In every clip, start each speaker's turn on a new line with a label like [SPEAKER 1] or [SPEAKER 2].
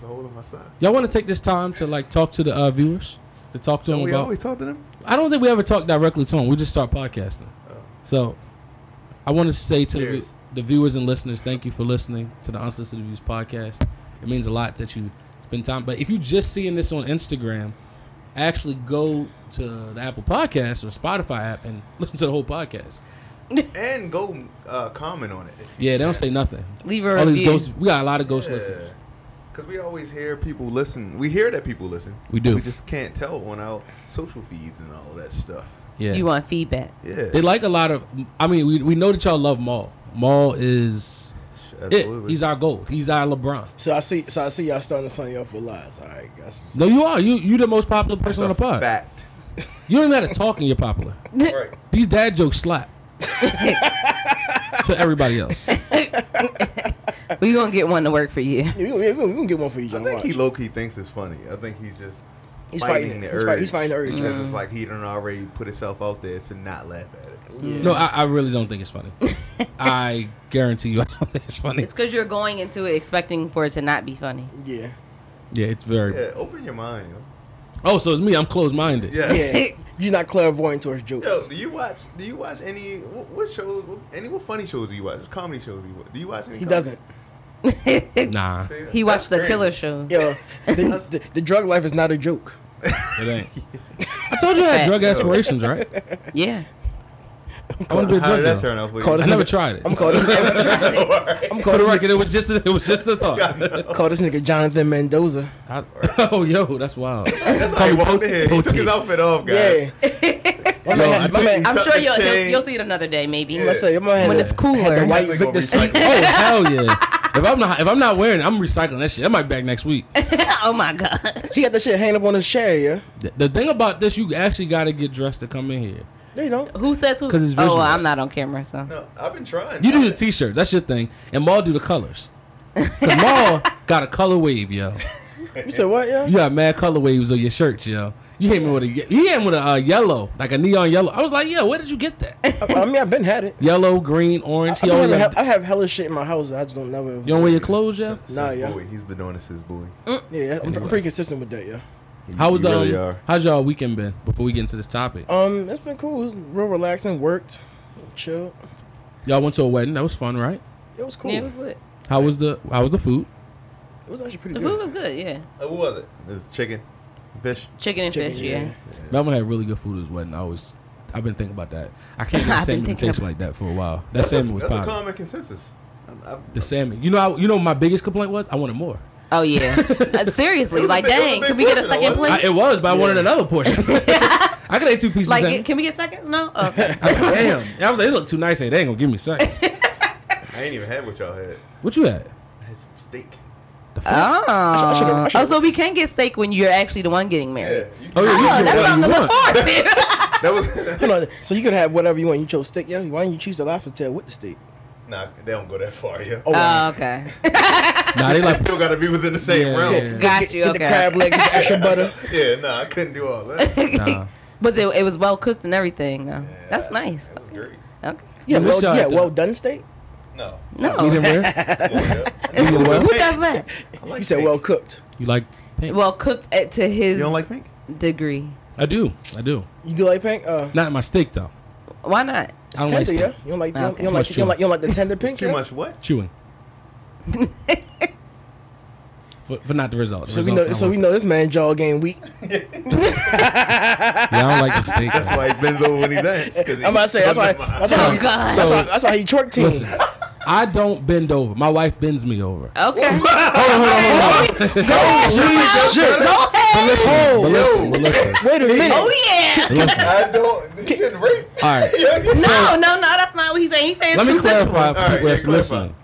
[SPEAKER 1] the whole of my son.
[SPEAKER 2] Y'all want to take this time to like talk to the uh, viewers, to talk to
[SPEAKER 1] Don't
[SPEAKER 2] them
[SPEAKER 1] we
[SPEAKER 2] about.
[SPEAKER 1] always talk to them?
[SPEAKER 2] I don't think we ever talk directly to them. We just start podcasting. So, I want to say to the,
[SPEAKER 1] Oh. Cheers.
[SPEAKER 2] vi- the viewers and listeners, thank you for listening to the Unsolicited Views podcast. It means a lot that you spend time. But if you're just seeing this on Instagram, actually go to the Apple Podcast or Spotify app and listen to the whole podcast.
[SPEAKER 1] And go uh, comment on it.
[SPEAKER 2] Yeah, they don't say nothing.
[SPEAKER 3] Leave a
[SPEAKER 2] All these
[SPEAKER 3] review.
[SPEAKER 2] ghosts. We got a lot of ghost listeners.
[SPEAKER 1] Because we always hear people listen. We hear that people listen.
[SPEAKER 2] We do.
[SPEAKER 1] We just can't tell on our social feeds and all that stuff.
[SPEAKER 2] Yeah.
[SPEAKER 3] You want feedback?
[SPEAKER 1] Yeah.
[SPEAKER 2] They like a lot of. I mean, we, we know that y'all love Maul. Maul is it.
[SPEAKER 1] Absolutely.
[SPEAKER 2] He's our goal. He's our LeBron.
[SPEAKER 4] So I see. So I see y'all starting to sign y'all for lies. All right, that's
[SPEAKER 2] No, you are. You you the most popular
[SPEAKER 1] That's
[SPEAKER 2] person on
[SPEAKER 1] a
[SPEAKER 2] the pod.
[SPEAKER 1] fact.
[SPEAKER 2] You don't even have to talk and you're popular.
[SPEAKER 1] right.
[SPEAKER 2] These dad jokes slap to everybody else.
[SPEAKER 3] We gonna get one to work for you.
[SPEAKER 4] Yeah, we gonna, we gonna, we gonna get one for each.
[SPEAKER 1] I
[SPEAKER 4] John.
[SPEAKER 1] think
[SPEAKER 4] Watch.
[SPEAKER 1] he low key thinks it's funny. I think he's just
[SPEAKER 4] He's
[SPEAKER 1] fighting,
[SPEAKER 4] fighting
[SPEAKER 1] the
[SPEAKER 4] it. He's
[SPEAKER 1] urge.
[SPEAKER 4] fight- he's fighting the urge.
[SPEAKER 1] Because
[SPEAKER 2] Mm-hmm.
[SPEAKER 1] it's like he done already put himself out there to not laugh at it.
[SPEAKER 2] No, I, I really don't think it's funny. I guarantee you, I don't think it's funny.
[SPEAKER 3] It's because you're going into it expecting for it to not be funny.
[SPEAKER 4] Yeah.
[SPEAKER 2] yeah, it's very.
[SPEAKER 1] Yeah, open your mind. yo.
[SPEAKER 2] Oh, so it's me. I'm closed minded.
[SPEAKER 1] Yeah.
[SPEAKER 4] Yeah. You're not clairvoyant towards jokes.
[SPEAKER 1] Yo, do you watch? Do you watch any? What, what shows? What, any what funny shows do you watch? Comedy shows do you watch? Do you watch any?
[SPEAKER 4] he
[SPEAKER 1] comedy?
[SPEAKER 4] doesn't.
[SPEAKER 2] Nah,
[SPEAKER 1] See,
[SPEAKER 3] He
[SPEAKER 1] that's
[SPEAKER 3] watched the
[SPEAKER 1] crazy.
[SPEAKER 3] Killer Show.
[SPEAKER 4] Yo, the, the, the drug life is not a joke.
[SPEAKER 2] it ain't. I told you I had drug aspirations, right?
[SPEAKER 3] Yeah.
[SPEAKER 2] I want to be a
[SPEAKER 1] How
[SPEAKER 2] drug
[SPEAKER 1] did that
[SPEAKER 2] dealer.
[SPEAKER 1] turn out for
[SPEAKER 2] I
[SPEAKER 4] Call
[SPEAKER 1] you?
[SPEAKER 4] this-
[SPEAKER 2] never tried it.
[SPEAKER 4] I'm calling this, I'm
[SPEAKER 2] For
[SPEAKER 4] calling
[SPEAKER 2] the
[SPEAKER 4] this,
[SPEAKER 2] record, it was just a, it was just a thought.
[SPEAKER 4] nigga- call this nigga Jonathan Mendoza.
[SPEAKER 2] I- oh, yo, that's wild.
[SPEAKER 1] That's how he walked in here. He took his
[SPEAKER 2] Potato.
[SPEAKER 1] outfit off, guys.
[SPEAKER 4] Yeah. my man, had- my
[SPEAKER 1] you
[SPEAKER 4] man,
[SPEAKER 1] took-
[SPEAKER 3] I'm
[SPEAKER 1] Tuck
[SPEAKER 3] sure
[SPEAKER 1] the
[SPEAKER 3] you'll, you'll
[SPEAKER 1] chain.
[SPEAKER 3] you'll see it another day maybe.
[SPEAKER 4] I say, my man had
[SPEAKER 3] When
[SPEAKER 4] the-
[SPEAKER 3] it's cooler.
[SPEAKER 4] had the white
[SPEAKER 1] Definitely gonna
[SPEAKER 4] Victor
[SPEAKER 1] recycle.
[SPEAKER 4] suit.
[SPEAKER 2] Oh hell yeah! If I'm not if I'm not wearing it, I'm recycling that shit. That might be back next week.
[SPEAKER 3] oh my god.
[SPEAKER 4] He had that shit hanging up on his chair. Yeah.
[SPEAKER 2] The, the thing about this, you actually got to get dressed to come in here.
[SPEAKER 4] There you go.
[SPEAKER 3] Who says who?
[SPEAKER 2] 'Cause it's
[SPEAKER 3] oh,
[SPEAKER 2] visual.
[SPEAKER 3] well, I'm not on camera, so
[SPEAKER 1] No, I've been trying.
[SPEAKER 2] You do the t-shirts, that's your thing, and Maul do the colors. Cause Maul got a color wave, yo.
[SPEAKER 4] You said what? Yeah.
[SPEAKER 2] You got mad color waves on your shirts, yo. You hit me with a ye- he hit me with a uh, yellow, like a neon yellow. I was like, yo, where did you get that?
[SPEAKER 4] I, I mean, I've been had it.
[SPEAKER 2] Yellow, green, orange.
[SPEAKER 4] I,
[SPEAKER 2] He
[SPEAKER 4] have,
[SPEAKER 2] always
[SPEAKER 4] hell-
[SPEAKER 2] have,
[SPEAKER 4] I have hella shit in my house. I just don't never.
[SPEAKER 2] you don't wear your clothes, yo.
[SPEAKER 1] Since
[SPEAKER 4] Nah, yeah.
[SPEAKER 1] Bowie. He's been doing this since Bowie.
[SPEAKER 4] Yeah, I'm, I'm pretty consistent with that. Yeah.
[SPEAKER 2] How was
[SPEAKER 1] you
[SPEAKER 2] um?
[SPEAKER 1] really are.
[SPEAKER 2] How's y'all weekend been? Before we get into this topic,
[SPEAKER 4] Um, it's been cool. It's real relaxing. Worked, chilled.
[SPEAKER 2] y'all went to a wedding. That was fun, right?
[SPEAKER 4] It was cool.
[SPEAKER 3] yeah, it
[SPEAKER 4] it,
[SPEAKER 3] was
[SPEAKER 4] was,
[SPEAKER 3] good.
[SPEAKER 2] How was the How was the food?
[SPEAKER 4] actually pretty
[SPEAKER 3] The food was
[SPEAKER 4] good.
[SPEAKER 3] good, yeah.
[SPEAKER 1] Uh, what was it? It was chicken, fish.
[SPEAKER 3] Chicken and
[SPEAKER 4] Chicken,
[SPEAKER 3] fish, yeah.
[SPEAKER 2] Melvin had really good food at his wedding. I always, I've been thinking about that. I can't
[SPEAKER 3] I've
[SPEAKER 2] get
[SPEAKER 3] been
[SPEAKER 2] salmon
[SPEAKER 3] thinking
[SPEAKER 2] taste
[SPEAKER 3] about-
[SPEAKER 2] like that for a while. That
[SPEAKER 1] That's, a,
[SPEAKER 2] salmon was
[SPEAKER 1] that's a
[SPEAKER 2] popping.
[SPEAKER 1] common consensus. I, I,
[SPEAKER 2] The salmon. You know, I, you know, my biggest complaint was I wanted more.
[SPEAKER 3] Oh yeah. Uh, Seriously,
[SPEAKER 1] It was a
[SPEAKER 3] like
[SPEAKER 1] big- it was a
[SPEAKER 3] dang,
[SPEAKER 1] big
[SPEAKER 3] can we get a
[SPEAKER 1] portion,
[SPEAKER 3] second
[SPEAKER 1] though, wasn't
[SPEAKER 2] I,
[SPEAKER 3] plate?
[SPEAKER 2] it was, but I wanted another portion. I could eat two pieces.
[SPEAKER 3] Like,
[SPEAKER 2] of
[SPEAKER 3] it-
[SPEAKER 2] salmon.
[SPEAKER 3] can we get second? No. Oh, okay.
[SPEAKER 2] I was like, damn. And I was like, it looked too nice. They ain't gonna give me a second.
[SPEAKER 1] I ain't even had what y'all had.
[SPEAKER 2] What you had?
[SPEAKER 1] I had some steak.
[SPEAKER 4] I should've- I
[SPEAKER 3] Oh.
[SPEAKER 4] should've-
[SPEAKER 3] oh, so we can get steak when you're actually the one getting
[SPEAKER 1] Yeah,
[SPEAKER 3] married.
[SPEAKER 1] you-
[SPEAKER 2] Oh yeah, you
[SPEAKER 3] Oh,
[SPEAKER 2] get
[SPEAKER 3] that's
[SPEAKER 2] what
[SPEAKER 3] something
[SPEAKER 2] you
[SPEAKER 3] to look
[SPEAKER 2] want.
[SPEAKER 3] forward to.
[SPEAKER 1] that was
[SPEAKER 4] Hold on. So you could have whatever you want. You chose steak. Yeah. Why didn't you choose the lobster tail with the steak?
[SPEAKER 1] nah. They don't go that far, yeah.
[SPEAKER 4] Oh,
[SPEAKER 3] oh, okay.
[SPEAKER 2] Nah, they like.
[SPEAKER 1] Still got to be within the same
[SPEAKER 2] Yeah,
[SPEAKER 1] realm.
[SPEAKER 2] yeah.
[SPEAKER 3] Got
[SPEAKER 4] get,
[SPEAKER 3] you.
[SPEAKER 4] get
[SPEAKER 3] Okay.
[SPEAKER 4] the crab legs, with the extra butter.
[SPEAKER 1] Yeah, no, I couldn't do all that. Yeah,
[SPEAKER 2] Nah.
[SPEAKER 3] Was it? It was well cooked and everything. though. That's nice.
[SPEAKER 1] That was great.
[SPEAKER 3] Okay.
[SPEAKER 2] Yeah,
[SPEAKER 4] Yeah. Well,
[SPEAKER 2] shout
[SPEAKER 4] yeah.
[SPEAKER 2] out to-
[SPEAKER 4] Well done steak.
[SPEAKER 1] No.
[SPEAKER 2] You
[SPEAKER 3] No.
[SPEAKER 2] didn't wear?
[SPEAKER 1] Yeah,
[SPEAKER 2] You didn't wear?
[SPEAKER 3] Who does that?
[SPEAKER 1] I like
[SPEAKER 4] You said
[SPEAKER 1] pink.
[SPEAKER 4] well cooked.
[SPEAKER 2] You like? Pink?
[SPEAKER 3] Well, cooked at, to his
[SPEAKER 1] You don't like pink?
[SPEAKER 3] degree.
[SPEAKER 2] I do. I do.
[SPEAKER 4] You do like pink? Uh,
[SPEAKER 2] Not in my steak though.
[SPEAKER 3] Why not?
[SPEAKER 2] I don't like
[SPEAKER 4] tender, yeah.
[SPEAKER 2] steak.
[SPEAKER 4] You don't like.
[SPEAKER 3] Ah,
[SPEAKER 4] You
[SPEAKER 3] okay.
[SPEAKER 4] don't, you,
[SPEAKER 2] Too
[SPEAKER 4] don't
[SPEAKER 2] much
[SPEAKER 4] like you don't like. You don't like the tender pink.
[SPEAKER 1] It's too
[SPEAKER 4] yeah?
[SPEAKER 1] much what?
[SPEAKER 2] Chewing. for, for not the result. The
[SPEAKER 4] So we know.
[SPEAKER 2] results I
[SPEAKER 4] So we
[SPEAKER 2] want.
[SPEAKER 4] know this man jaw game weak.
[SPEAKER 2] Yeah, I don't like the steak. though.
[SPEAKER 1] That's why he bends over when he dances. 'cause he-
[SPEAKER 4] I'm about to say that's why. That's why.
[SPEAKER 3] Oh God.
[SPEAKER 4] that's, why that's why he twerk team.
[SPEAKER 2] Listen, I don't bend over. My wife bends me over.
[SPEAKER 3] Okay. Oh,
[SPEAKER 4] Go ahead.
[SPEAKER 2] But
[SPEAKER 4] Oh,
[SPEAKER 2] listen, but listen,
[SPEAKER 4] wait a minute.
[SPEAKER 3] Oh yeah.
[SPEAKER 2] listen.
[SPEAKER 1] I don't. He didn't rape.
[SPEAKER 2] All right.
[SPEAKER 3] No, no, no. That's not what he's saying. He's saying
[SPEAKER 2] Let
[SPEAKER 3] it's
[SPEAKER 2] me
[SPEAKER 3] consensual.
[SPEAKER 2] clarify for
[SPEAKER 1] All right,
[SPEAKER 2] people
[SPEAKER 1] yeah,
[SPEAKER 2] that's
[SPEAKER 1] clarify.
[SPEAKER 2] listening.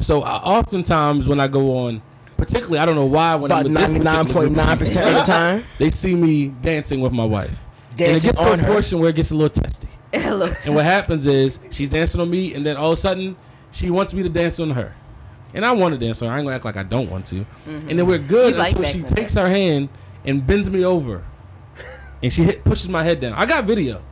[SPEAKER 2] So, I, oftentimes when I go on, particularly, I don't know why, when I'm
[SPEAKER 4] About
[SPEAKER 2] with this
[SPEAKER 4] ninety nine
[SPEAKER 2] particular
[SPEAKER 4] point
[SPEAKER 2] group,
[SPEAKER 4] nine percent of the time.
[SPEAKER 2] they see me dancing with my wife. and it
[SPEAKER 4] Dancing
[SPEAKER 2] gets to
[SPEAKER 4] on
[SPEAKER 2] a
[SPEAKER 4] her.
[SPEAKER 2] portion where it gets a little testy.
[SPEAKER 3] Hello.
[SPEAKER 2] And what happens is she's dancing on me, and then all of a sudden she wants me to dance on her, and I want to dance on her. I ain't gonna act like I don't want to. And then we're good
[SPEAKER 3] Mm-hmm. You like
[SPEAKER 2] until
[SPEAKER 3] back
[SPEAKER 2] she
[SPEAKER 3] with that.
[SPEAKER 2] takes her hand and bends me over, and she hit, pushes my head down. I got video.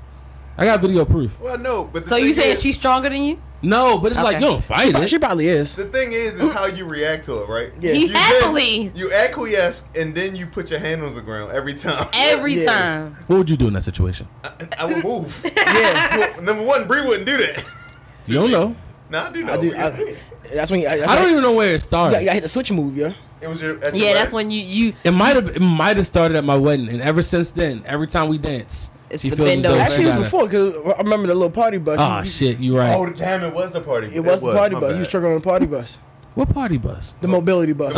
[SPEAKER 2] I got video proof.
[SPEAKER 1] Well, no, but the
[SPEAKER 3] So you
[SPEAKER 1] thing
[SPEAKER 3] saying
[SPEAKER 1] is,
[SPEAKER 3] she's stronger than you?
[SPEAKER 2] No, but it's like
[SPEAKER 3] Okay.
[SPEAKER 2] you don't
[SPEAKER 4] She,
[SPEAKER 2] fight
[SPEAKER 4] pro-
[SPEAKER 2] it.
[SPEAKER 4] she probably is.
[SPEAKER 1] The thing is, is how you react to it, right?
[SPEAKER 4] Yeah.
[SPEAKER 1] You
[SPEAKER 3] He
[SPEAKER 1] then-
[SPEAKER 3] happily
[SPEAKER 1] you acquiesce and then you put your hand on the ground every time.
[SPEAKER 3] every
[SPEAKER 4] Yeah.
[SPEAKER 3] time.
[SPEAKER 2] What would you do in that situation?
[SPEAKER 1] I, I would move.
[SPEAKER 4] Yeah,
[SPEAKER 1] Well, Number one, Bree wouldn't do that.
[SPEAKER 2] You don't know.
[SPEAKER 1] No, I do know.
[SPEAKER 4] I do. I, that's when you, I,
[SPEAKER 2] I don't even know where it
[SPEAKER 4] You gotta,
[SPEAKER 2] started.
[SPEAKER 4] hit the switch move, yo.
[SPEAKER 1] it was your. At your
[SPEAKER 3] Yeah, that's
[SPEAKER 1] wedding.
[SPEAKER 3] when you you
[SPEAKER 2] It might have. It might have started at my wedding, and ever since then, every time we dance,
[SPEAKER 3] It's
[SPEAKER 2] she
[SPEAKER 3] the
[SPEAKER 2] feels as
[SPEAKER 3] bend
[SPEAKER 2] though
[SPEAKER 3] over.
[SPEAKER 2] she
[SPEAKER 4] Actually, it was
[SPEAKER 2] gotta-
[SPEAKER 4] before because I remember the little party bus.
[SPEAKER 2] Ah,
[SPEAKER 4] You-
[SPEAKER 2] shit, you right.
[SPEAKER 1] Oh damn! It was the party.
[SPEAKER 4] It was Oh. the party
[SPEAKER 1] my
[SPEAKER 4] bus. You was
[SPEAKER 1] bad.
[SPEAKER 4] struggling on the party bus,
[SPEAKER 2] What party bus?
[SPEAKER 4] the mobility bus.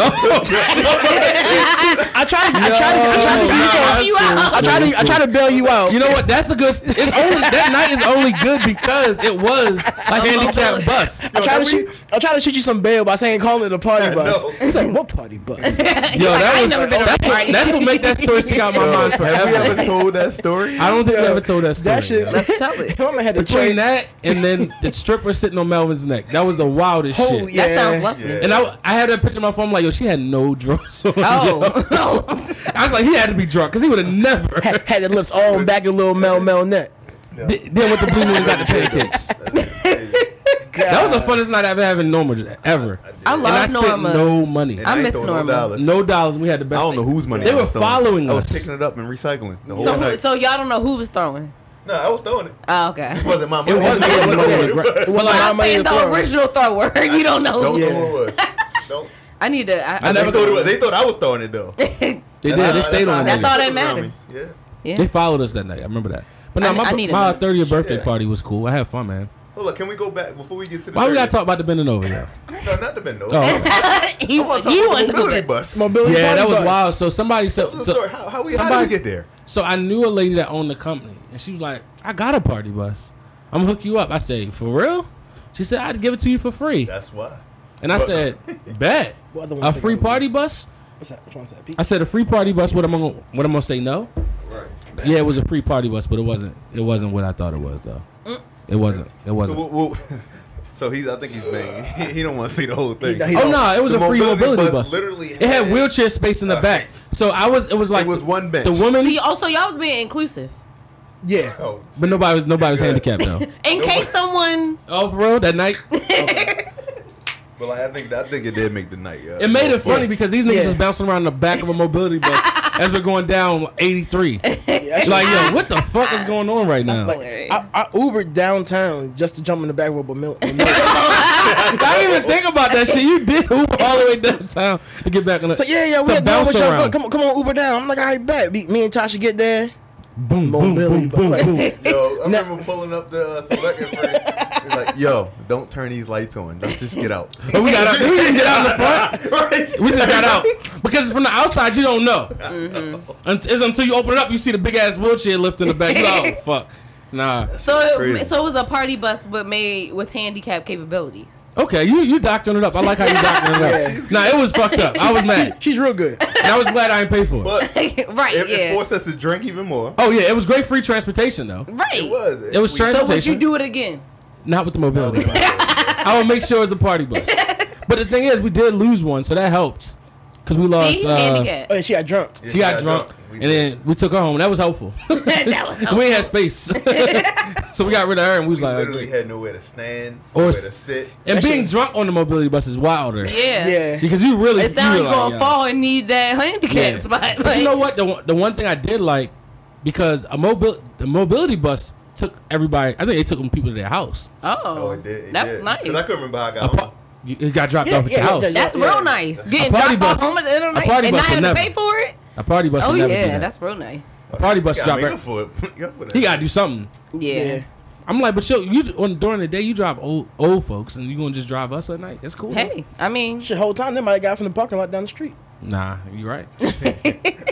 [SPEAKER 2] I tried. I
[SPEAKER 3] Help you out.
[SPEAKER 4] I try to I try to bail you out.
[SPEAKER 2] You know what? That's a good. It's only that night is only good because it was a handicapped bus.
[SPEAKER 4] I try to
[SPEAKER 1] Yo,
[SPEAKER 4] shoot. I try to shoot you some bail by saying calling it a party bus.
[SPEAKER 1] no.
[SPEAKER 4] It's like what party bus?
[SPEAKER 2] Yo,
[SPEAKER 3] Like, I
[SPEAKER 2] that
[SPEAKER 3] ain't
[SPEAKER 2] was
[SPEAKER 3] never been on a
[SPEAKER 2] that's, what,
[SPEAKER 3] party.
[SPEAKER 2] that's what make that story stick out my mind
[SPEAKER 1] Have we
[SPEAKER 2] forever.
[SPEAKER 1] ever told that story?
[SPEAKER 2] I don't think we
[SPEAKER 4] Yo,
[SPEAKER 2] ever told that story.
[SPEAKER 4] That shit.
[SPEAKER 3] Let's tell it.
[SPEAKER 4] My man had to
[SPEAKER 2] Between
[SPEAKER 4] train.
[SPEAKER 2] that and then the stripper sitting on Melvin's neck, that was the wildest
[SPEAKER 4] Holy-
[SPEAKER 2] shit.
[SPEAKER 3] that
[SPEAKER 4] Yeah.
[SPEAKER 3] sounds lovely.
[SPEAKER 1] Yeah.
[SPEAKER 2] And I, I had that picture on my phone. I'm like, yo, she had no drugs on. yo.
[SPEAKER 3] Oh,
[SPEAKER 2] I was like, he had to be drunk because he would have never.
[SPEAKER 4] Had, had the lips all back of little Mel Mel neck.
[SPEAKER 1] No.
[SPEAKER 2] Th- then with the blue moon got the pancakes. That was the funnest night I've ever had in Norma ever.
[SPEAKER 3] I
[SPEAKER 2] And I
[SPEAKER 3] love
[SPEAKER 2] spent
[SPEAKER 3] Norma.
[SPEAKER 2] no money,
[SPEAKER 1] And I ain't
[SPEAKER 3] miss
[SPEAKER 1] throwing no
[SPEAKER 3] Norma.
[SPEAKER 1] dollars.
[SPEAKER 2] no dollars. and We had the
[SPEAKER 1] I
[SPEAKER 2] best.
[SPEAKER 1] don't know
[SPEAKER 2] thing.
[SPEAKER 1] whose money
[SPEAKER 2] They
[SPEAKER 1] I
[SPEAKER 2] were
[SPEAKER 1] was throwing.
[SPEAKER 2] following
[SPEAKER 1] I was
[SPEAKER 2] us.
[SPEAKER 1] picking it up and recycling the whole
[SPEAKER 3] so who,
[SPEAKER 1] night.
[SPEAKER 3] so y'all don't know who was throwing?
[SPEAKER 1] no, I was throwing it.
[SPEAKER 3] Oh, okay.
[SPEAKER 1] It wasn't my money.
[SPEAKER 4] wasn't your money, It
[SPEAKER 3] Well,
[SPEAKER 4] wasn't my
[SPEAKER 3] I'm
[SPEAKER 4] money
[SPEAKER 3] saying
[SPEAKER 4] to
[SPEAKER 3] the
[SPEAKER 4] throw.
[SPEAKER 3] original thrower. You don't know.
[SPEAKER 1] Don't
[SPEAKER 3] who-
[SPEAKER 1] know who it was. Don't.
[SPEAKER 3] I need to.
[SPEAKER 2] Oh,
[SPEAKER 3] I,
[SPEAKER 2] I
[SPEAKER 3] I
[SPEAKER 1] They
[SPEAKER 2] never-
[SPEAKER 1] thought, it was, they thought I was throwing it though.
[SPEAKER 2] They did. They stayed on.
[SPEAKER 3] That's
[SPEAKER 2] it.
[SPEAKER 3] all that
[SPEAKER 1] Yeah.
[SPEAKER 3] yeah.
[SPEAKER 2] They followed us that night. I remember that. But no,
[SPEAKER 3] I-
[SPEAKER 2] my,
[SPEAKER 3] I need a
[SPEAKER 2] my
[SPEAKER 3] minute.
[SPEAKER 2] 30th birthday
[SPEAKER 1] Shit.
[SPEAKER 2] party was cool. I had fun, man.
[SPEAKER 1] Hold up, can we go back before we get to the?
[SPEAKER 2] Why we gotta
[SPEAKER 1] 30th?
[SPEAKER 2] talk about the bending over? Yeah,
[SPEAKER 1] No, not the bendo.
[SPEAKER 2] Oh, okay.
[SPEAKER 3] he
[SPEAKER 1] I want to
[SPEAKER 3] he
[SPEAKER 1] talk about
[SPEAKER 3] wasn't
[SPEAKER 1] the
[SPEAKER 3] doing
[SPEAKER 1] mobility
[SPEAKER 3] it.
[SPEAKER 1] bus.
[SPEAKER 4] Mobility
[SPEAKER 2] yeah
[SPEAKER 4] party
[SPEAKER 2] that was
[SPEAKER 4] bus.
[SPEAKER 2] wild. So somebody said.
[SPEAKER 1] What's the
[SPEAKER 2] So,
[SPEAKER 1] story? How, how, we, how
[SPEAKER 2] somebody-
[SPEAKER 1] did we get there?
[SPEAKER 2] so I knew a lady that owned the company, and she was like, "I got a party bus. I'm gonna hook you up." I say, "For real?" She said, "I'd give it to you for free."
[SPEAKER 1] That's why.
[SPEAKER 2] And I said, "Bet."
[SPEAKER 4] What other one
[SPEAKER 2] A
[SPEAKER 4] thing
[SPEAKER 2] free
[SPEAKER 4] I would-
[SPEAKER 2] party bus?
[SPEAKER 4] What's that? Which one's that? Peak?
[SPEAKER 2] I said a free party bus. What am I? Gonna, what am I gonna say? No.
[SPEAKER 1] Right.
[SPEAKER 2] Yeah, it was a free party bus, but it wasn't. It wasn't what I thought it was, though. It wasn't. It
[SPEAKER 1] So,
[SPEAKER 2] wasn't.
[SPEAKER 1] we'll, we'll- so he's. I think he's banging. He, he don't want to see the whole thing.
[SPEAKER 4] He- he-
[SPEAKER 2] Oh no, it was
[SPEAKER 1] The
[SPEAKER 2] a free
[SPEAKER 1] mobility
[SPEAKER 2] mobility bus.
[SPEAKER 1] bus literally
[SPEAKER 2] it had
[SPEAKER 1] had- Uh,
[SPEAKER 2] wheelchair space in the back, so I was. It was like
[SPEAKER 1] was one bench.
[SPEAKER 2] The woman,
[SPEAKER 3] See, also y'all was being inclusive.
[SPEAKER 4] Yeah.
[SPEAKER 1] Oh,
[SPEAKER 2] but nobody was nobody was
[SPEAKER 1] Good.
[SPEAKER 2] handicapped though.
[SPEAKER 3] In case someone,
[SPEAKER 2] oh, for real, that night
[SPEAKER 1] but like, I think I think it did make the night. uh, Yeah.
[SPEAKER 2] it made it funny because these niggas
[SPEAKER 4] Yeah.
[SPEAKER 2] was bouncing around the back of a mobility bus as we're going down 83. Like, yo, what the fuck is going on right now?
[SPEAKER 4] Like, I, I Ubered downtown just to jump in the back of a mil- a mil-
[SPEAKER 2] I didn't even think about that shit. You did Uber all the way downtown to get back on the.
[SPEAKER 4] So yeah, yeah,
[SPEAKER 2] to
[SPEAKER 4] we had
[SPEAKER 2] bounce
[SPEAKER 4] bounce with
[SPEAKER 2] around.
[SPEAKER 4] around. Come on, come on, Uber down. I'm like, all right, bet. Me, me and Tasha get there.
[SPEAKER 2] boom, boom,
[SPEAKER 4] Mobility
[SPEAKER 2] boom, boom,
[SPEAKER 4] bus.
[SPEAKER 2] boom.
[SPEAKER 1] Yo, I
[SPEAKER 4] Now-
[SPEAKER 1] remember pulling up the uh, select and first. It's like, yo, don't turn these lights on. Let's just get out.
[SPEAKER 2] But we got out. We didn't get out in the front.
[SPEAKER 1] Right?
[SPEAKER 2] We just got out because from the outside you don't know.
[SPEAKER 1] Mm-hmm.
[SPEAKER 2] Unt- It's until you open it up, you see the big ass wheelchair lift in the back. You're like, oh fuck, nah.
[SPEAKER 3] so
[SPEAKER 1] Crazy.
[SPEAKER 3] it, so it was a party bus, but made with handicap capabilities.
[SPEAKER 2] Okay, you you doctoring it up. I like how you doctoring it up. Nah, it was fucked up. I was mad.
[SPEAKER 4] She's real good.
[SPEAKER 2] And I was glad I didn't pay for it.
[SPEAKER 1] But it,
[SPEAKER 3] right?
[SPEAKER 1] it
[SPEAKER 3] yeah.
[SPEAKER 1] forced us to drink even more.
[SPEAKER 2] Oh yeah, it was great free transportation though.
[SPEAKER 3] right.
[SPEAKER 1] It was.
[SPEAKER 2] It was
[SPEAKER 3] So would
[SPEAKER 2] transportation.
[SPEAKER 3] you do it again?
[SPEAKER 2] Not with the mobility bus. I will make sure it's a party bus. But the thing is, we did lose one, so that helped because we lost.
[SPEAKER 3] See,
[SPEAKER 2] uh,
[SPEAKER 4] Oh,
[SPEAKER 3] handicap.
[SPEAKER 4] and she got drunk.
[SPEAKER 1] Yeah,
[SPEAKER 2] she got drunk,
[SPEAKER 1] We
[SPEAKER 2] and
[SPEAKER 1] did.
[SPEAKER 2] then we took her home. That was helpful.
[SPEAKER 3] that was
[SPEAKER 2] we ain't had space, so we got rid of her, and we was
[SPEAKER 1] we
[SPEAKER 2] like,
[SPEAKER 1] literally had nowhere to stand,
[SPEAKER 2] Or
[SPEAKER 1] nowhere to
[SPEAKER 2] s-
[SPEAKER 1] sit.
[SPEAKER 2] and
[SPEAKER 4] That
[SPEAKER 2] being
[SPEAKER 4] shit-
[SPEAKER 2] drunk on the mobility bus is wilder.
[SPEAKER 3] Yeah.
[SPEAKER 4] Yeah.
[SPEAKER 2] because you really
[SPEAKER 3] It sounds
[SPEAKER 2] you
[SPEAKER 3] like
[SPEAKER 2] were
[SPEAKER 3] you're gonna
[SPEAKER 2] yo.
[SPEAKER 3] fall and need that handicap
[SPEAKER 2] Yeah.
[SPEAKER 3] spot.
[SPEAKER 2] But
[SPEAKER 3] Like,
[SPEAKER 2] you know what? The one- the one thing I did like because a mobile the mobility bus took everybody. I think they took them people to their house.
[SPEAKER 3] Oh,
[SPEAKER 1] Oh, it did. It
[SPEAKER 3] that
[SPEAKER 1] did.
[SPEAKER 3] was
[SPEAKER 1] 'Cause I
[SPEAKER 3] nice.
[SPEAKER 1] couldn't remember how I
[SPEAKER 2] A
[SPEAKER 1] got
[SPEAKER 2] par-
[SPEAKER 1] home.
[SPEAKER 2] you- it got dropped
[SPEAKER 4] Yeah,
[SPEAKER 2] off at
[SPEAKER 4] yeah,
[SPEAKER 2] your
[SPEAKER 4] yeah,
[SPEAKER 2] house.
[SPEAKER 4] yeah,
[SPEAKER 3] That's
[SPEAKER 4] yeah.
[SPEAKER 3] real nice. Getting
[SPEAKER 2] party
[SPEAKER 3] dropped off
[SPEAKER 2] bus-
[SPEAKER 3] home at the end of the
[SPEAKER 2] a
[SPEAKER 3] night
[SPEAKER 2] party
[SPEAKER 3] and
[SPEAKER 2] bus
[SPEAKER 3] not
[SPEAKER 2] would
[SPEAKER 3] having to
[SPEAKER 2] never-
[SPEAKER 3] pay for it.
[SPEAKER 2] A party bus.
[SPEAKER 3] Oh
[SPEAKER 2] would never do
[SPEAKER 3] yeah,
[SPEAKER 2] that.
[SPEAKER 3] that's real nice.
[SPEAKER 2] a party bus
[SPEAKER 1] You gotta
[SPEAKER 2] dropped.
[SPEAKER 1] make
[SPEAKER 2] her-
[SPEAKER 1] up for it. Make up for that.
[SPEAKER 2] He got to do something.
[SPEAKER 3] Yeah.
[SPEAKER 4] Yeah.
[SPEAKER 2] I'm like, but yo, you on during the day you drive old old folks, and you gonna just drive us at night? That's cool.
[SPEAKER 3] Hey, I mean,
[SPEAKER 4] Shit, whole time they might have got from the parking lot down the street.
[SPEAKER 2] nah, you right.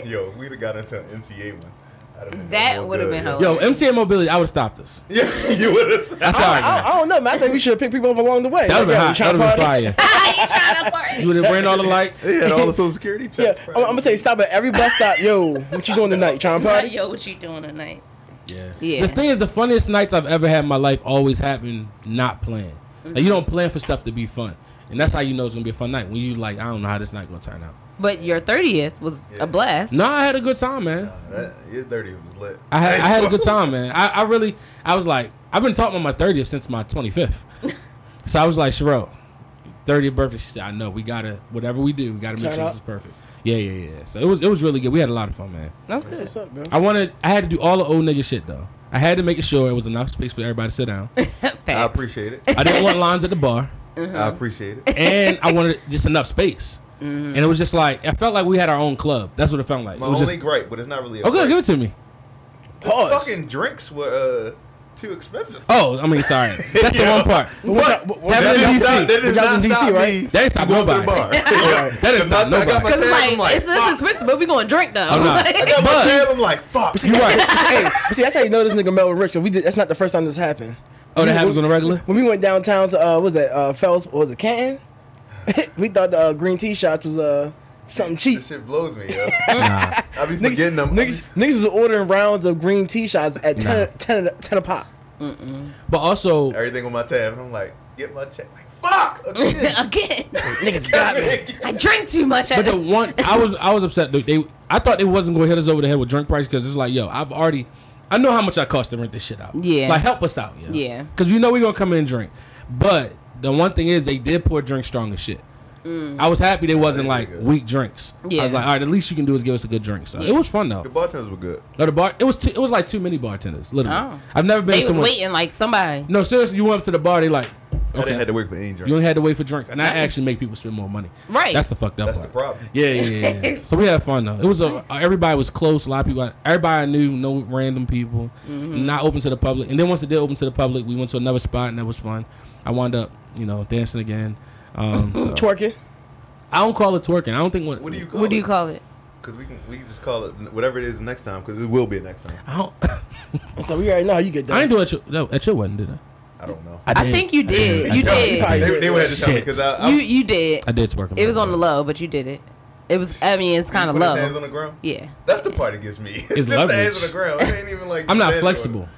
[SPEAKER 1] Yo, we'd have got into an MTA one. I'd've been
[SPEAKER 3] That
[SPEAKER 1] more
[SPEAKER 3] would've
[SPEAKER 1] good,
[SPEAKER 3] been
[SPEAKER 1] yo.
[SPEAKER 2] Yo, MTA mobility, I would have stopped us.
[SPEAKER 1] Yeah, you would have.
[SPEAKER 3] Oh,
[SPEAKER 2] That's all
[SPEAKER 4] I,
[SPEAKER 2] right.
[SPEAKER 4] I,
[SPEAKER 2] man.
[SPEAKER 4] I don't know, man. I think we should pick people up along the way.
[SPEAKER 2] That would have
[SPEAKER 4] Like,
[SPEAKER 2] been
[SPEAKER 4] yo,
[SPEAKER 2] hot.
[SPEAKER 4] tryna
[SPEAKER 2] That would have
[SPEAKER 4] party?
[SPEAKER 2] been fire. You would have burned all the lights.
[SPEAKER 1] They had all the social security checks.
[SPEAKER 4] Yeah, I'm, I'm gonna say stop at every bus stop. Yo, what you doing tonight? Trying to party?
[SPEAKER 3] yo, what you doing tonight?
[SPEAKER 2] Yeah.
[SPEAKER 3] Yeah.
[SPEAKER 2] The thing is, the funniest nights I've ever had in my life always happen not playing. Like you don't plan for stuff to be fun, and that's how you know it's gonna be a fun night when you like I don't know how this night gonna turn out.
[SPEAKER 3] But your thirtieth was
[SPEAKER 1] Yeah.
[SPEAKER 3] a blast.
[SPEAKER 2] No, I had a good time, man.
[SPEAKER 1] That, your 30 was lit.
[SPEAKER 2] I had, I had a good time, man. I, I really I was like I've been talking about my 30th since my 25th. So I was like, Sherelle, 30th birthday. She said, I know. We gotta whatever we do, we gotta make
[SPEAKER 4] Turn
[SPEAKER 2] sure
[SPEAKER 4] up.
[SPEAKER 2] this is perfect. Yeah, yeah, yeah. So it was it was really good. We had a lot of fun, man.
[SPEAKER 3] That's
[SPEAKER 4] That's
[SPEAKER 3] good.
[SPEAKER 4] what's up, man.
[SPEAKER 2] I wanted I had to do all the old nigga shit though. I had to make sure it was enough space for everybody to sit down.
[SPEAKER 1] I
[SPEAKER 3] Facts.
[SPEAKER 1] appreciate it.
[SPEAKER 2] I didn't want lines at the bar,
[SPEAKER 3] Mm-hmm.
[SPEAKER 1] I appreciate it.
[SPEAKER 2] and I wanted just enough space. And it was just like I felt like we had our own club. That's what it felt like.
[SPEAKER 1] My
[SPEAKER 2] it was
[SPEAKER 1] only
[SPEAKER 2] just
[SPEAKER 1] gripe, but it's not really. A
[SPEAKER 2] oh, good,
[SPEAKER 1] gripe.
[SPEAKER 2] give it to me.
[SPEAKER 4] Pause.
[SPEAKER 1] Fucking drinks were uh, too expensive.
[SPEAKER 2] Oh, I mean, sorry. That's the
[SPEAKER 1] Yeah.
[SPEAKER 2] one part.
[SPEAKER 4] But what's up- what?
[SPEAKER 2] Have
[SPEAKER 1] That
[SPEAKER 2] it in
[SPEAKER 1] didn't
[SPEAKER 2] DC.
[SPEAKER 1] stop- That did
[SPEAKER 4] Y'all
[SPEAKER 1] not
[SPEAKER 4] in DC,
[SPEAKER 1] stop me
[SPEAKER 4] right?
[SPEAKER 2] That ain't stop
[SPEAKER 1] from going to the bar.
[SPEAKER 2] nobody. That didn't
[SPEAKER 1] Cause
[SPEAKER 2] stop
[SPEAKER 1] my- I got
[SPEAKER 2] nobody.
[SPEAKER 1] my
[SPEAKER 3] Because
[SPEAKER 1] tab,
[SPEAKER 3] it's
[SPEAKER 1] I'm
[SPEAKER 3] like, it's, it's
[SPEAKER 1] fuck.
[SPEAKER 3] expensive, but we going to drink though.
[SPEAKER 2] I'm not.
[SPEAKER 1] I got my
[SPEAKER 2] But-
[SPEAKER 1] tab. I'm like, fuck.
[SPEAKER 4] You're right. hey, but see, that's how you know this nigga Mel was rich. So we did, that's not the first time this happened.
[SPEAKER 2] Oh, that
[SPEAKER 4] When-
[SPEAKER 2] happens on the regular.
[SPEAKER 4] When we went downtown to uh, what was that uh, Fells? What was it Canton? we thought the uh, green tea shots was uh something cheap.
[SPEAKER 1] This shit blows me. Yo.
[SPEAKER 2] Nah.
[SPEAKER 1] I be forgetting them.
[SPEAKER 4] Niggas, niggas is ordering rounds of green tea shots at 10, 10, 10 a pop.
[SPEAKER 2] But also,
[SPEAKER 1] Everything on my tab, and I'm like, get my check. Like, fuck. Again.
[SPEAKER 3] Again,
[SPEAKER 4] Niggas got me.
[SPEAKER 3] I drink too much.
[SPEAKER 2] but
[SPEAKER 3] At
[SPEAKER 2] the one I was I was upset. They, they I thought they wasn't going to hit us over the head with drink price because it's like, yo, I've already I know how much I cost to rent this shit out.
[SPEAKER 3] Yeah.
[SPEAKER 2] like help us out. Yo.
[SPEAKER 3] Yeah.
[SPEAKER 2] because you know we're gonna come in and drink. But the one thing is, they did pour drink strong as shit. I was happy they wasn't
[SPEAKER 1] they were
[SPEAKER 2] like
[SPEAKER 1] good.
[SPEAKER 2] weak drinks. I was
[SPEAKER 3] Mm. Yeah.
[SPEAKER 2] like, all right, the least you can do is give us a good drink. So it was fun though.
[SPEAKER 1] The bartenders were good.
[SPEAKER 2] No, the bar. It was too, it was like too many bartenders. Literally,
[SPEAKER 3] Oh.
[SPEAKER 2] I've never been.
[SPEAKER 3] they
[SPEAKER 2] to
[SPEAKER 3] was
[SPEAKER 2] someone,
[SPEAKER 3] waiting like somebody.
[SPEAKER 2] No, seriously, you went up to the bar. They like,
[SPEAKER 1] I didn't
[SPEAKER 2] okay,
[SPEAKER 1] have to work for any
[SPEAKER 2] you
[SPEAKER 1] drink.
[SPEAKER 2] only had to wait for drinks, and I
[SPEAKER 3] Nice.
[SPEAKER 2] actually make people spend more money.
[SPEAKER 3] Right.
[SPEAKER 2] That's the fucked up.
[SPEAKER 1] That's the
[SPEAKER 2] part.
[SPEAKER 1] problem.
[SPEAKER 2] Yeah, yeah, yeah, yeah. so we had fun though. It was a uh, everybody was close. A lot of people. Everybody I knew. No random people.
[SPEAKER 3] Mm-hmm.
[SPEAKER 2] Not open to the public. And then once it did open to the public, we went to another spot, and that was fun. I wound up, you know, dancing again. Um, so-
[SPEAKER 4] Twerking.
[SPEAKER 2] I don't call it twerking. I don't think what.
[SPEAKER 1] What do you call
[SPEAKER 3] What do you
[SPEAKER 1] it?
[SPEAKER 3] call it?
[SPEAKER 1] Because we can we can just call it whatever it is next time. Because it will be next time.
[SPEAKER 2] I, don't,
[SPEAKER 4] So we already know how you get
[SPEAKER 2] I
[SPEAKER 4] done.
[SPEAKER 2] didn't do it at your, at your wedding, did I?
[SPEAKER 1] I don't know.
[SPEAKER 3] I
[SPEAKER 2] did.
[SPEAKER 3] think you did. You
[SPEAKER 1] Probably-
[SPEAKER 3] did.
[SPEAKER 1] They, they would have to tell me
[SPEAKER 2] Shit.
[SPEAKER 1] because I, I
[SPEAKER 3] You you did.
[SPEAKER 2] I did twerk.
[SPEAKER 3] It was on the low, but you did it. It was. I mean, it's kind of
[SPEAKER 1] put his hands
[SPEAKER 3] low.
[SPEAKER 1] on the ground.
[SPEAKER 3] Yeah.
[SPEAKER 1] That's the part that gets me. It's, just the
[SPEAKER 2] leverage.
[SPEAKER 1] hands on the ground. It ain't even like
[SPEAKER 2] I'm
[SPEAKER 1] the
[SPEAKER 2] not
[SPEAKER 1] hands on-
[SPEAKER 2] flexible.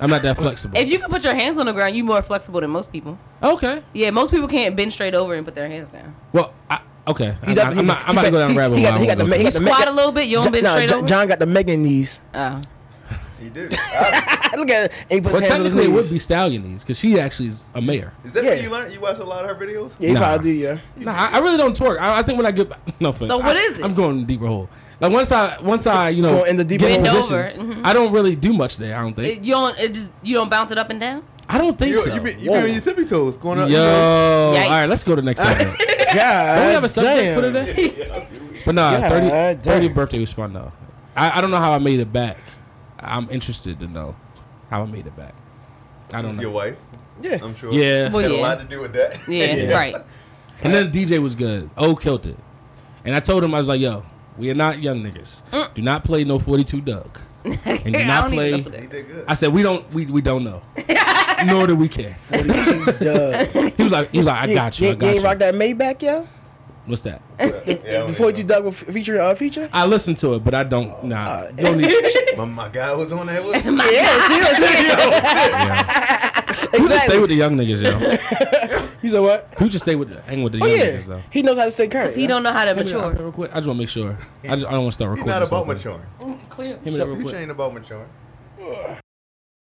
[SPEAKER 2] I'm not that flexible.
[SPEAKER 3] If you can put your hands on the ground, you're more flexible than most people.
[SPEAKER 2] okay.
[SPEAKER 3] Yeah, most people can't bend straight over and put their hands down.
[SPEAKER 2] Well, I, okay. I,
[SPEAKER 4] He got-
[SPEAKER 2] am
[SPEAKER 4] he-
[SPEAKER 2] not, I'm
[SPEAKER 4] he
[SPEAKER 2] about to
[SPEAKER 4] got-
[SPEAKER 2] go down
[SPEAKER 4] he-
[SPEAKER 2] the rabbit
[SPEAKER 4] he
[SPEAKER 2] hole.
[SPEAKER 4] got- he
[SPEAKER 2] I won't
[SPEAKER 4] got the
[SPEAKER 2] go
[SPEAKER 4] ma-
[SPEAKER 3] You
[SPEAKER 2] to.
[SPEAKER 4] got-
[SPEAKER 3] squat a little bit, you don't bend
[SPEAKER 4] Nah,
[SPEAKER 3] straight
[SPEAKER 4] John,
[SPEAKER 3] over.
[SPEAKER 4] John got the Megan knees.
[SPEAKER 3] Oh.
[SPEAKER 1] He did. I-
[SPEAKER 4] Look at it. He put
[SPEAKER 2] Well,
[SPEAKER 4] his hands on his
[SPEAKER 2] technically, it would
[SPEAKER 4] knees.
[SPEAKER 2] be stallion knees because she actually is a mayor.
[SPEAKER 1] is that
[SPEAKER 4] Yeah.
[SPEAKER 1] what you learned? You watch a lot of her videos.
[SPEAKER 4] Yeah, he
[SPEAKER 2] Nah.
[SPEAKER 4] probably do. Yeah.
[SPEAKER 2] No, I, I really don't twerk. I, I think when I get back- no offense.
[SPEAKER 3] So what
[SPEAKER 2] I,
[SPEAKER 3] is it?
[SPEAKER 2] I'm going in a deeper hole. Like once I once I you know
[SPEAKER 4] Going in the deeper
[SPEAKER 2] get in
[SPEAKER 3] hole.
[SPEAKER 2] position,
[SPEAKER 3] Bend over, mhm.
[SPEAKER 2] I don't really do much there. I don't think.
[SPEAKER 3] It- you don't. It just you don't bounce it up and down.
[SPEAKER 2] I don't think
[SPEAKER 1] You,
[SPEAKER 2] so.
[SPEAKER 1] you be, you be
[SPEAKER 2] Whoa.
[SPEAKER 1] on your tippy toes going up.
[SPEAKER 2] Yo, all
[SPEAKER 3] Yikes.
[SPEAKER 2] right, let's go to the next segment. do
[SPEAKER 4] Yeah.
[SPEAKER 2] we have a subject for today? But nah,
[SPEAKER 4] God
[SPEAKER 2] 30, 30th
[SPEAKER 4] damn.
[SPEAKER 2] birthday was fun though. I, I don't know how I made it back. I'm interested to know how I made it back. I don't
[SPEAKER 1] Your
[SPEAKER 2] know.
[SPEAKER 1] wife.
[SPEAKER 4] Yeah.
[SPEAKER 1] I'm sure.
[SPEAKER 2] Yeah.
[SPEAKER 3] Well,
[SPEAKER 1] had
[SPEAKER 3] yeah.
[SPEAKER 1] a lot to do with that.
[SPEAKER 3] Yeah, right.
[SPEAKER 2] And then the DJ was good. O killed it. And I told him, I was like, yo, we are not young niggas. Do not play no 42 Doug. And do
[SPEAKER 3] Mm. I
[SPEAKER 2] not
[SPEAKER 3] don't even
[SPEAKER 2] play.
[SPEAKER 3] know that.
[SPEAKER 1] He did good.
[SPEAKER 2] I said, we don't, we, we don't know. Nor do we care.
[SPEAKER 4] Duh.
[SPEAKER 2] He was like, he was like, I got you. I
[SPEAKER 4] You, ain't rock
[SPEAKER 2] got you.
[SPEAKER 4] that Maybach, yo?
[SPEAKER 2] What's that?
[SPEAKER 1] Yeah, I don't
[SPEAKER 4] Before
[SPEAKER 1] even
[SPEAKER 4] you dug with featuring uh, feature?
[SPEAKER 2] I listened to it, but I don't,
[SPEAKER 3] Uh,
[SPEAKER 2] nah. You don't need,
[SPEAKER 1] know. my, my guy was on that list.
[SPEAKER 4] Yeah, see what I'm saying?
[SPEAKER 2] Who just stay
[SPEAKER 4] Exactly.
[SPEAKER 2] with the young niggas, yo?
[SPEAKER 4] You said what?
[SPEAKER 2] Who just stay with the, hang with the
[SPEAKER 4] Oh,
[SPEAKER 2] young niggas,
[SPEAKER 4] yeah.
[SPEAKER 2] though?
[SPEAKER 4] He knows how to stay current.
[SPEAKER 3] He
[SPEAKER 4] yo.
[SPEAKER 3] don't know how to
[SPEAKER 2] Hit me up
[SPEAKER 3] mature.
[SPEAKER 2] real quick. I just want to make